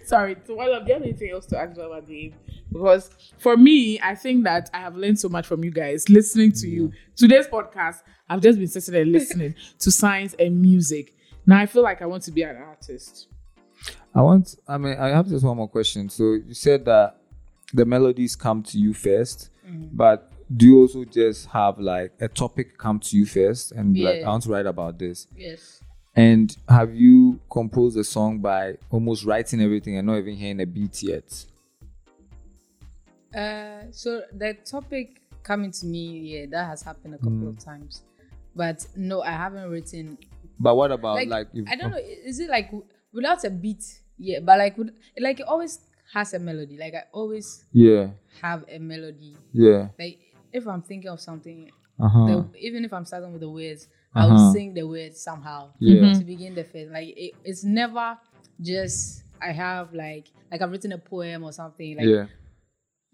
Sorry, so while do you have anything else to ask about the Because for me, I think that I have learned so much from you guys listening to you. Today's podcast, I've just been sitting and listening to science and music. Now I feel like I want to be an artist.
I want. I mean, I have just one more question. So you said that the melodies come to you 1st
Mm.
but do you also just have like a topic come to you first and be like I
Yeah.
want to write about this?
Yes.
And have you composed a song by almost writing everything and not even hearing a beat yet?
Uh, so the topic coming to me, yeah, that has happened a couple
Mm.
of times, but no, I haven't written.
But what about like,
Like,
if,
I don't know, i- is it like w- without a beat? Yeah, but like with, like it always has a melody. Like I always
Yeah,
have a melody.
yeah,
Like if I'm thinking of something,
uh huh,
the, even if I'm starting with the words, I
Uh-huh.
will sing the words somehow
Yeah. Mhm.
to begin the first. Like it, it's never just I have like like I've written a poem or something. Like
yeah,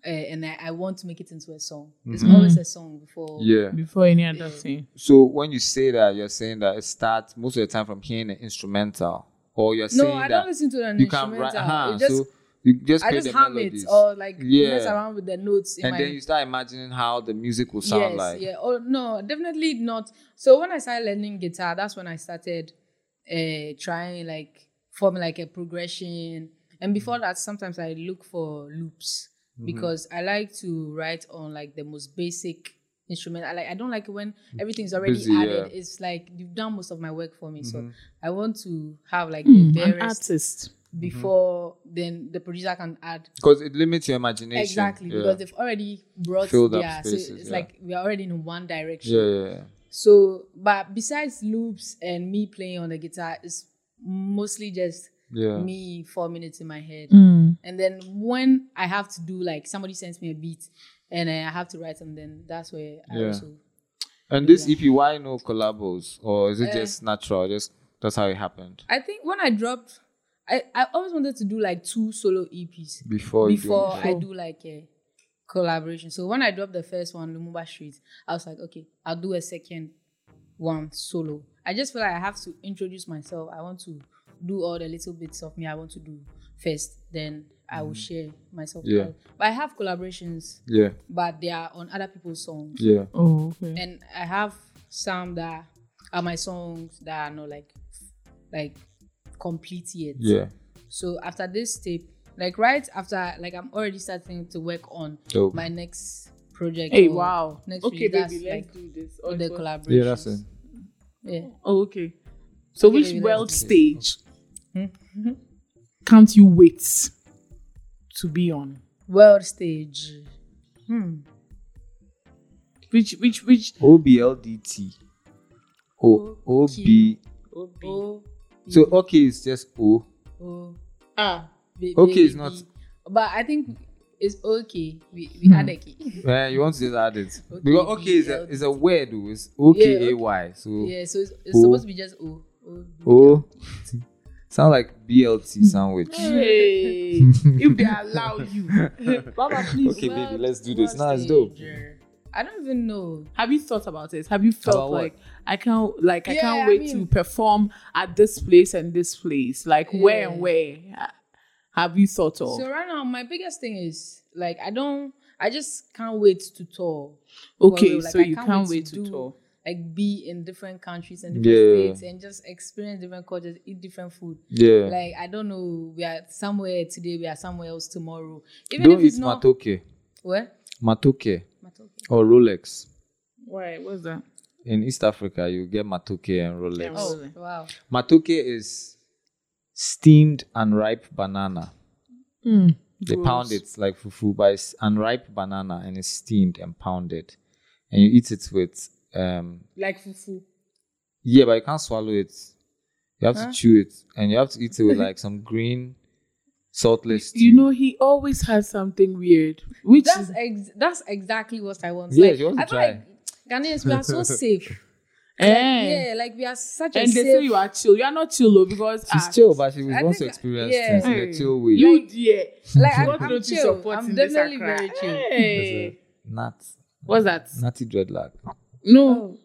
uh, and I, I want to make it into a song. It's
Mhm.
always a song before.
yeah.
Before any other thing.
So when you say that, you're saying that it starts most of the time from hearing an instrumental, or you're
No,
saying
I
that
don't listen to an
you can
instrumental.
write. Uh-huh,
It just,
so you just
I
create
just
the
hum
melodies.
it or like
Yeah.
mess around with the notes in
and
my
then you start imagining how the music will sound
yes,
like.
yeah. Oh no, definitely not. So when I started learning guitar, that's when I started uh trying like forming like a progression. And before
Mm.
that, sometimes I look for loops
Mm-hmm.
because I like to write on like the most basic instrument. I like I don't like when everything's already
Mm. Busy,
added.
yeah. Mm-hmm.
It's like you've done most of my work for me. So I want to have like the
An
barest
artist.
Mm-hmm.
before then the producer can add
Because it limits your imagination.
exactly
yeah.
because they've already brought
Filled up
their so
spaces,
it's
yeah.
like we're already in one direction
yeah, yeah, yeah.
so but besides loops and me playing on the guitar it's mostly just
Yeah.
me forming it in my head and then when i have to do like somebody sends me a beat and i have to write and then that's where i
Yeah.
also
And this EP, why no collabos, or is it
Uh,
just natural? Just that's how it happened
i think when i dropped i i always wanted to do like two solo E eps
before. you do
before
it?
I do like a collaboration. So when I dropped the first one, Lumumba Street, I was like, okay, I'll do a second one solo. I just feel like I have to introduce myself. I want to do all the little bits of me I want to do first. Then I will share myself. with
Mm. Yeah.
others. But I have collaborations,
Yeah,
but they are on other people's songs.
yeah,
Oh, okay.
And I have some that are my songs that are not like like complete yet.
yeah.
So after this tape, like right after, like I'm already starting to work on
Dope.
my next project.
Hey,
or
wow.
oh, Next
Okay,
week, that's
baby, let's
like
do this.
all
Oh,
the
it was-
collaboration.
Yeah, that's it.
Yeah.
Oh, okay. So,
Okay,
which
maybe
world
that's
stage
Mm-hmm.
can't you wait to be on?
World stage.
Which, which, which?
OBLDT. O O B.
Oh,
So okay, it's just O.
oh,
Ah,
ba-
Okay, it's
baby.
not-
But I think it's okay. We we
Hmm.
had a key.
Man, Eh, you want to just add it
Okay,
because okay is a
BLDT.
is a word. though. It's O K A Y. So
Yeah. So it's, it's
Oh.
supposed to be just oh. oh,
O. Sound like BLT sandwich.
Hey, if they allow you. Baba, please.
Okay,
World-
baby, let's do this.
world
Nah, it's dope.
stage. I don't even know.
Have you thought about it? Have you felt
About what?
like I can't like I
Yeah,
can't
I
wait to
mean-
perform at this place and this place? Like where and
Yeah.
where? Ha- Have you thought of?
Oh.
So right now, my biggest thing is like I don't. I just can't wait to tour. for
okay,
real. Like,
so
I
you can't, wait to,
do-
tour.
Like be in different countries and different
Yeah.
states and just experience different cultures, eat different food.
Yeah.
Like I don't know, we are somewhere today, we are somewhere else tomorrow. Even
Don't
if it's
eat
not
matoke.
what?
Matoke
Matoke.
or Rolex.
Why? What's that?
In East Africa, you get matoke and Rolex.
Oh.
Oh wow.
Matoke is steamed unripe banana. They pound it like fufu, but it's unripe banana and it's steamed and pounded. And you eat it with, um,
Like fufu.
yeah, but you can't swallow it. You have to chew it and you have to eat it with like some green saltless stew.
You know, he always has something weird, which
That's
is,
ex- that's exactly what I want.
Yeah,
like,
she wants
I
to
feel
try.
like Ghanaians, we are so safe.
Eh.
yeah, like we are such a
and they
safe.
say you are chill. You are not chill though, because
She's
ah,
chill, but she
I
wants to
think-
experience
yeah.
things in a
Hey.
chill way.
You dear.
like I'm,
What
I'm
don't you
chill.
support
I'm
in this
definitely
Accra?
very chill.
Hey.
Nuts.
What's that?
Natty dreadlock.
No.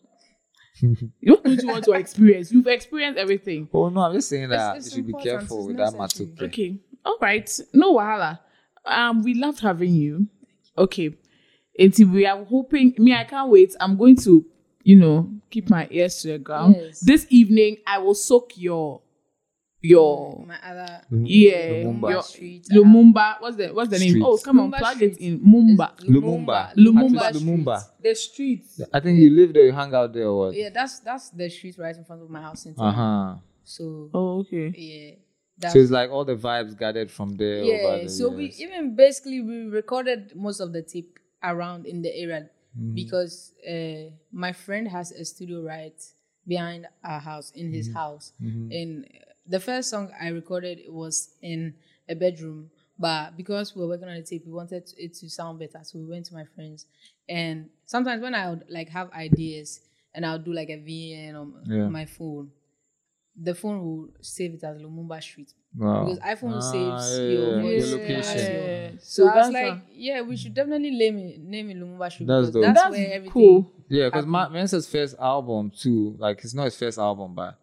what don't you want to experience? You've experienced everything.
Oh no, I'm just saying that
it's
you should be
important,
careful
it's
with that
necessary.
matoke.
Okay. All right. No wahala. Um, we loved having you. Okay. And we are hoping. Me, I can't wait. I'm going to, you know, keep my ears to the ground.
Yes.
This evening, I will soak your, your,
Oh, My other
yeah,
Lumumba.
your
Street, uh,
Lumumba. What's the what's the name?
Street.
Oh, come on,
Lumumba
plug it
Street.
in. Mumba.
is
Lumumba.
Lumumba
Patrice
Street.
Lumumba.
The streets.
I think you live there, you hang out there or what?
Yeah, that's that's the street right in front of my house in town.
Uh
Uh-huh.
huh.
So
Oh, okay.
yeah, that's
So it's like all the vibes gathered from there. over
yeah.
the
So we
years.
even basically we recorded most of the tape around in the area
Mm.
because uh, my friend has a studio right behind our house in
Mm.
his house,
Mm-hmm.
and the first song I recorded was in a bedroom. But because we were working on the tape, we wanted it to sound better, so we went to my friends. And sometimes when I would like have ideas and I'll do like a VN on
Yeah.
my phone, the phone will save it as Lumumba Street
wow.
because iPhone
Ah,
saves
yeah,
your
yeah,
voice
your
as
location.
your-
Yeah.
So, I was
that's
like,
a-
yeah, we should definitely name it, name it Lumumba Street.
That's
because
dope.
that's,
that's
where everything.
cool.
Yeah, because Mensa's first album too, like it's not his first album, but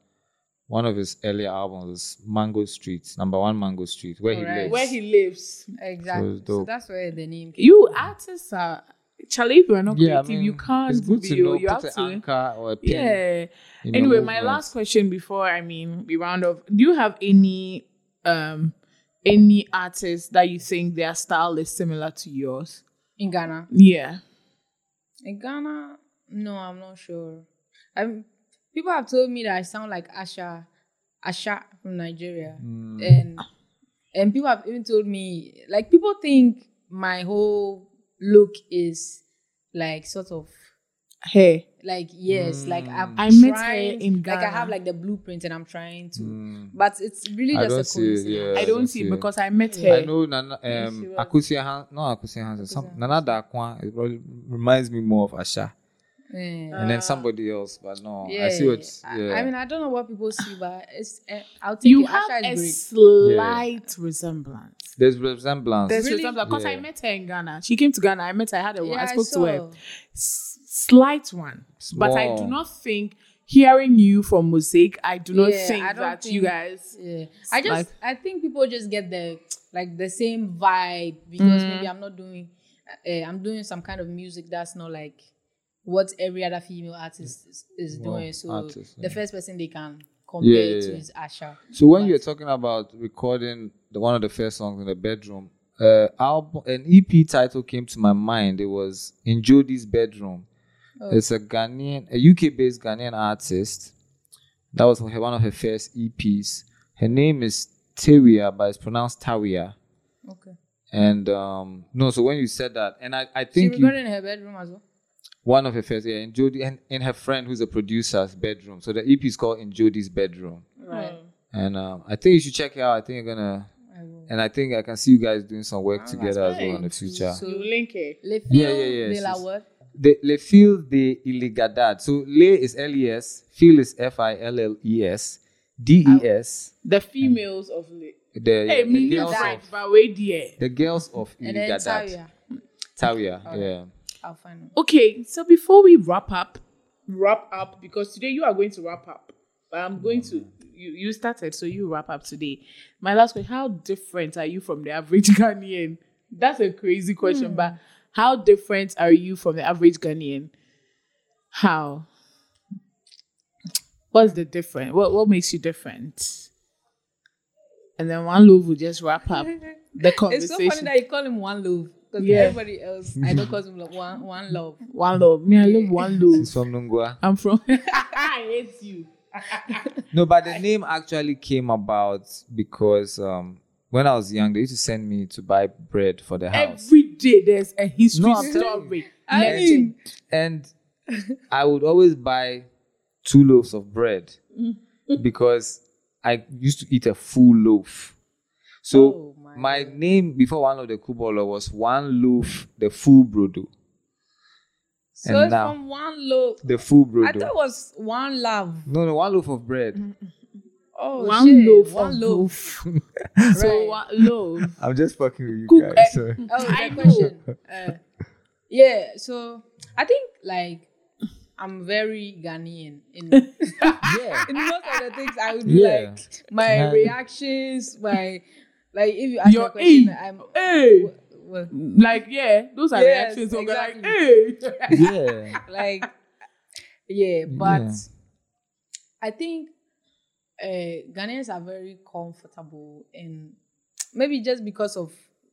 one of his earlier albums was Mango Street, number one Mango Street, where he
Alright.
lives.
Where he lives.
Exactly.
So it's
So,
dope.
that's where the name came.
You artists are Charlie, if you're not
yeah, I
creative, you
mean,
can't
It's good
be
to know
you have
put an
to
anchor or a pin.
Yeah.
in your
Anyway, my
movement.
last question before I mean we round off. Do you have any um any artist that you think their style is similar to yours?
in Ghana.
Yeah.
In Ghana, no, I'm not sure. I'm, people have told me that I sound like Asha, Asha from Nigeria,
Hmm.
and and people have even told me like people think my whole look is like sort of
Hey.
like yes, like
Hmm.
I'm
I met her
trying-
in
Like I have
Ghana.
like the blueprint, and I'm trying to,
Mm.
but it's really
Hmm. I
just
don't
a
see it,
coincidence.
yeah.
I
I
don't
don't
see
see.
it because I met
I
her.
know Nana
she
um
was-
Akusia Han not Akusia Hansen, some Nana Dakwa it probably reminds me more of Asha.
Yeah.
and then somebody else, but no. I see
Uh, Yeah.
what yeah.
I, I mean, I don't know what people see, but it's. Uh, I'll take
You
it.
have
Asha
a
is
slight resemblance.
there's resemblance.
There's
Really?
resemblance because I
Yeah.
met her in Ghana. She came to Ghana. I met her. I had a
great.
one.
Yeah,
I spoke to her.
saw.
S- slight one, but I do
Small.
not think hearing you from Mosaic. I do not
Yeah,
think
I don't
that you
think-
guys.
Yeah. I just.
Like-
I think people just get the like the same vibe because
Hmm.
maybe I'm not doing. Uh, I'm doing some kind of music that's not like what every other female artist is, is
Well,
doing. So
artist,
the
yeah.
first person they can compare
yeah,
to
yeah.
is Asha.
So when you're talking about recording the, one of the first songs in the bedroom, uh, album, an EP title came to my mind. It was in Jody's bedroom.
Oh.
It's a Ghanaian, a UK-based Ghanaian artist. That was her, one of her first EPs. Her name is Tawia, but it's pronounced Tawia.
Okay.
And um, no, so when you said that, and I, I
She
think you,
recorded in her bedroom as well.
one of her first, yeah, in Jody and in her friend who's a producer's bedroom. So the EP is called In Jody's Bedroom.
Right.
And um, I think you should check it out. I think you're gonna,
I will. Ah,
and I think I can see you guys doing some work together as well in the future.
Mm. So,
You link it.
Le Fille
Yeah, yeah, yeah,
de
sis.
la Word.
The Le Fil de Iligadad. So Le is L E S, Fil is F I L L E S, D E S.
The females of Lake.
The,
Hey,
the
me
girls
right,
of
but wait there.
the girls of
And then
Iligadad.
Tawia.
Tawia, yeah.
I'll find out.
Okay, so before we wrap up, wrap up because today you are going to wrap up, but I'm going to you. You started, so you wrap up today. My last question: How different are you from the average Ghanaian? That's a crazy question,
Hmm.
but how different are you from the average Ghanaian? How? What's the difference? What what makes you different? And then one love will just wrap up the
It's so
conversation.
funny that you call him one love. Because
Yeah.
everybody else, I don't call him lo- one one love.
one love, me I love one love.
He's from Nungwa.
I'm from. I hate you.
No, but the name actually came about because um, when I was young, they used to send me to buy bread for the house.
Every day there's a history
No, I'm telling
story.
I
Legend.
mean,
and I would always buy two loaves of bread
Mm.
because I used to eat a full loaf. So
Oh, my
my, name before one of the kubolo was one loaf, the full brodo,
so
and
it's
now-
from one love.
the full
I thought
brodo.
it was Mm. one love.
No, no, one loaf of bread.
Oh,
One
shit.
loaf
One
of
loaf.
So one love.
I'm just fucking with you
Cook,
guys.
eh,
sorry.
Oh, the
I know.
question. Uh, yeah, so I think like I'm very Ghanaian in,
yeah.
in most of the things I would do,
Yeah.
like my
Yeah.
reactions, my like if you ask
Your
a question,
age.
I'm
Hey,
well,
like yeah, those are
Yes,
reactions. Exactly. Like hey,
Yeah.
like yeah, but
Yeah.
I think uh, Ghanaians are very comfortable and maybe just because of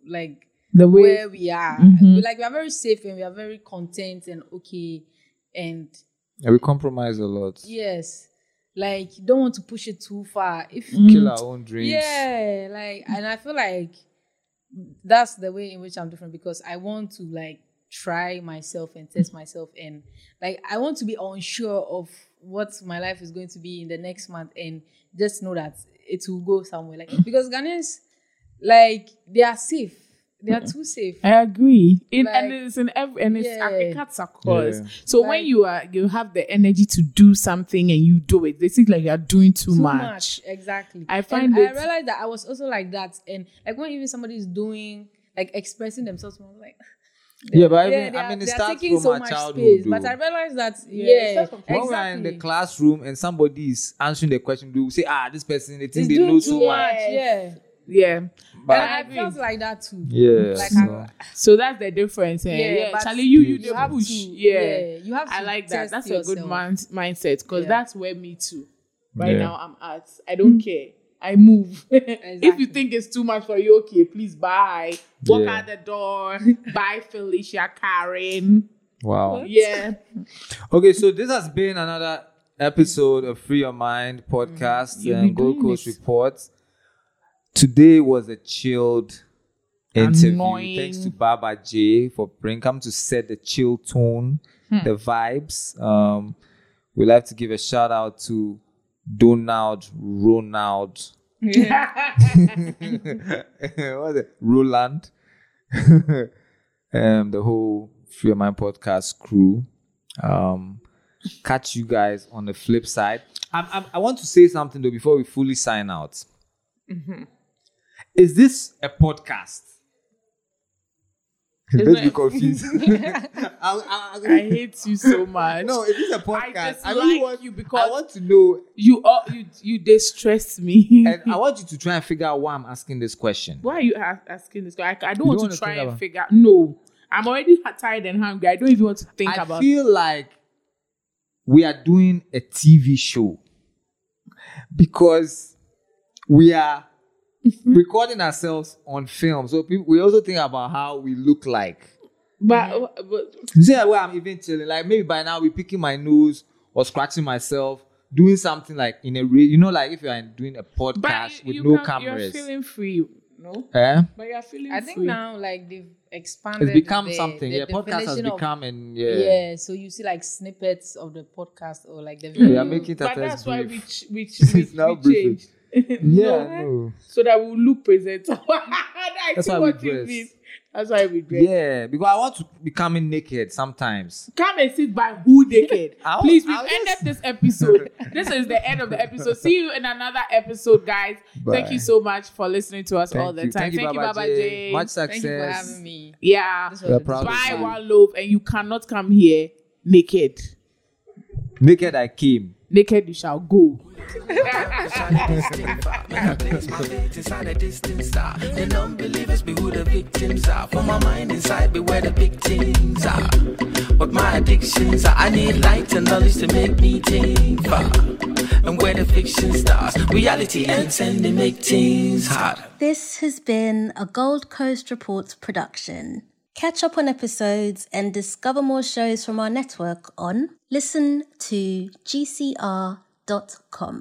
like
the
where we are.
Mhm.
We- Like we are very safe and we are very content and okay. And
And we compromise a lot.
yes, like you don't want to push it too far. If
Kill our own dreams.
yeah, like and I feel like that's the way in which I'm different because I want to like try myself and test myself and like I want to be unsure of what my life is going to be in the next month and just know that it will go somewhere. Like because Ghanaians, like they are safe. They are too safe.
I agree. In, and
Like,
it's in every and it's
yeah.
it cuts across.
Yeah.
So
Like-
when you are you have the energy to do something and you do it, they think like you are doing too,
too
much.
much. Exactly.
I
And
find
I
it-
realized that I was also like that, and like when even somebody is doing like expressing themselves, I'm like,
Yeah, but even,
yeah, they
I
are,
mean, it
they are
starts
taking
from
so
our
much
childhood.
space. But
though.
I realized that
Yeah,
yeah,
it starts from-
When
exactly.
we're in the classroom and somebody is answering the question, we will say, ah, this person, they think
It's
they
doing
know
too
so much.
much. Yeah,
Yeah.
But
and I felt like that too.
yeah,
like
so-
So that's the difference. eh?
Yeah,
Yeah.
but
Charlie, you you,
you
the
have
push.
to-
yeah.
you have. To
I like that.
test
That's a good
yourself.
man- mindset because
Yeah.
that's where me too. Right
Yeah.
now I'm at. I don't care. I move. if
Exactly.
you think it's too much for you, okay, please buy. Walk
Yeah.
out the door. buy Felicia Karen.
wow.
Yeah.
Okay, so this has been another episode of Free Your Mind podcast
Mm-hmm. You've been
and Gold
doing
Coast
this.
Report. Today was a chilled interview.
Annoying.
Thanks to Baba J for bring come to set the chill tone,
Hmm.
the vibes. Um, we like to give a shout out to Donald Ronald. What's it? Roland. um, the whole Free Your Mind podcast crew. Um, catch you guys on the flip side. I'm, I'm, I want to say something though before we fully sign out. Mm-hmm. Is this a podcast?
It's
Let's be
not-
confused. I, I-
I hate you so much.
no, is this a
I
podcast?
dislike
really want
you because
I want to know,
you all you you distress me.
and I want you to try and figure out why I'm asking this question.
Why are you a- asking this? I, I don't
You
want
don't
to
wanna
try
think
and
about-
figure. No, I'm already tired and hungry. I don't even want to think
I
about.
feel like we are doing a TV show because we are
Mm-hmm.
recording ourselves on film. So people, we also think about how we look like.
but, but
You see where I'm even chilling. Like maybe by now we picking my nose or scratching myself, doing something like in a real, you know, like if you are doing a podcast
but you,
with
you
no
can- You're
cameras.
feeling free, no?
Eh?
But you're feeling.
I think
free.
now like they've expanded.
It's become
the-
something.
the
yeah, podcast has
definition of-
become and
Yeah.
yeah.
so you see like snippets of the podcast or like the
Yeah,
video.
they are making it
But
at
that's
us
why
brief.
we ch- we, ch-
It's
we,
now
we
brief.
changed.
Yeah,
No,
I know.
so that we look presentable. I
That's
see
why we
what you
dress.
mean. That's why we dress.
Yeah, because I want to be coming naked sometimes.
Come and sit by who naked.
I'll-
Please, we've
I'll
ended
just-
this episode. this is the end of the episode. See you in another episode, guys. Thank
Bye.
you so much for listening to us
Thank
all the
you.
time.
Thank you, Baba J.
J.
Much success.
Thank you for having me.
yeah.
This
We are
was
proud of
Buy
you.
one loaf and you cannot come here naked.
Naked I came.
Naked you shall go.
inside a distance are. The non-believers be who the victims are. For my mind inside be where the big things are. But my addictions are. I need light and knowledge to make me think far. And where the fiction starts, reality ends and they make things hard.
This has been a Gold Coast Reports production. Catch up on episodes and discover more shows from our network on listen to gcr.com.